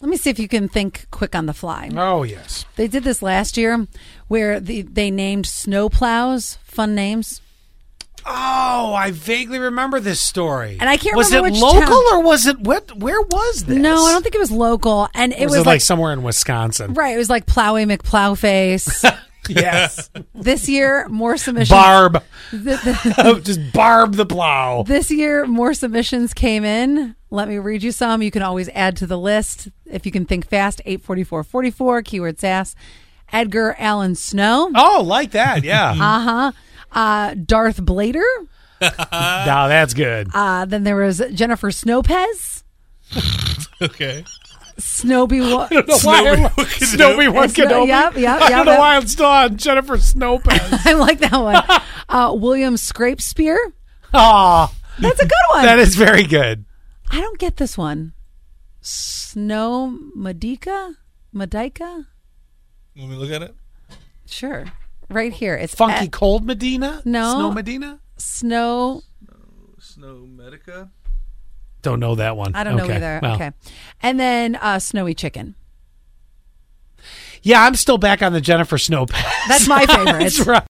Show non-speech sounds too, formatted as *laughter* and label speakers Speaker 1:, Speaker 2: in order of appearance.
Speaker 1: Let me see if you can think quick on the fly.
Speaker 2: Oh yes.
Speaker 1: They did this last year where the, they named snow plows fun names.
Speaker 2: Oh, I vaguely remember this story.
Speaker 1: And I can't
Speaker 2: was
Speaker 1: remember
Speaker 2: it
Speaker 1: which
Speaker 2: local
Speaker 1: town.
Speaker 2: or was it what? Where was this?
Speaker 1: No, I don't think it was local. And it
Speaker 2: was,
Speaker 1: was,
Speaker 2: it like,
Speaker 1: like,
Speaker 2: somewhere in
Speaker 1: *laughs*
Speaker 2: Wisconsin.
Speaker 1: right, it was like Plowy McPlowface.
Speaker 2: *laughs* Yes,
Speaker 1: this year, more submissions.
Speaker 2: *laughs* Barb,
Speaker 1: Th- th-
Speaker 2: *laughs* just Barb the plow.
Speaker 1: this year, more submissions came in. Let me read you some. You can always add to the list if you can think fast. 84444, keyword sass. Edgar Allan Snow.
Speaker 2: Oh, like that, yeah. *laughs*
Speaker 1: Uh-huh. Uh, Darth Blader.
Speaker 2: no, that's good.
Speaker 1: Uh, then there was Jennifer Snopez.
Speaker 3: Okay.
Speaker 1: Snowy
Speaker 2: *laughs*
Speaker 1: Wa-
Speaker 2: Snowy, Snowy One
Speaker 1: Snow-
Speaker 2: Kenobi.
Speaker 1: yep, yep,
Speaker 2: I
Speaker 1: yep,
Speaker 2: don't know
Speaker 1: yep.
Speaker 2: why I'm still on
Speaker 1: *laughs*
Speaker 2: Jennifer
Speaker 1: *laughs*
Speaker 2: Snowpants.
Speaker 1: I like that one.
Speaker 2: *laughs*
Speaker 1: Uh, William Scrapespear. Ah.
Speaker 2: Aw,
Speaker 1: That's a good one.
Speaker 2: *laughs* that is very good.
Speaker 1: I don't get this one. Snow Medica? Medica?
Speaker 3: Let me to look at it.
Speaker 1: Sure. Right here. It's
Speaker 2: Funky
Speaker 1: at
Speaker 2: Cold Medina?
Speaker 1: Uh, No.
Speaker 2: Snow Medina?
Speaker 1: Snow.
Speaker 3: Snow Medica.
Speaker 2: Don't know that one.
Speaker 1: I don't
Speaker 2: Okay,
Speaker 1: know either.
Speaker 2: well.
Speaker 1: Okay. And then uh, Snowy Chicken.
Speaker 2: Yeah, I'm still back on the Jennifer Snowpants.
Speaker 1: That's my favorite.
Speaker 2: *laughs* That's right.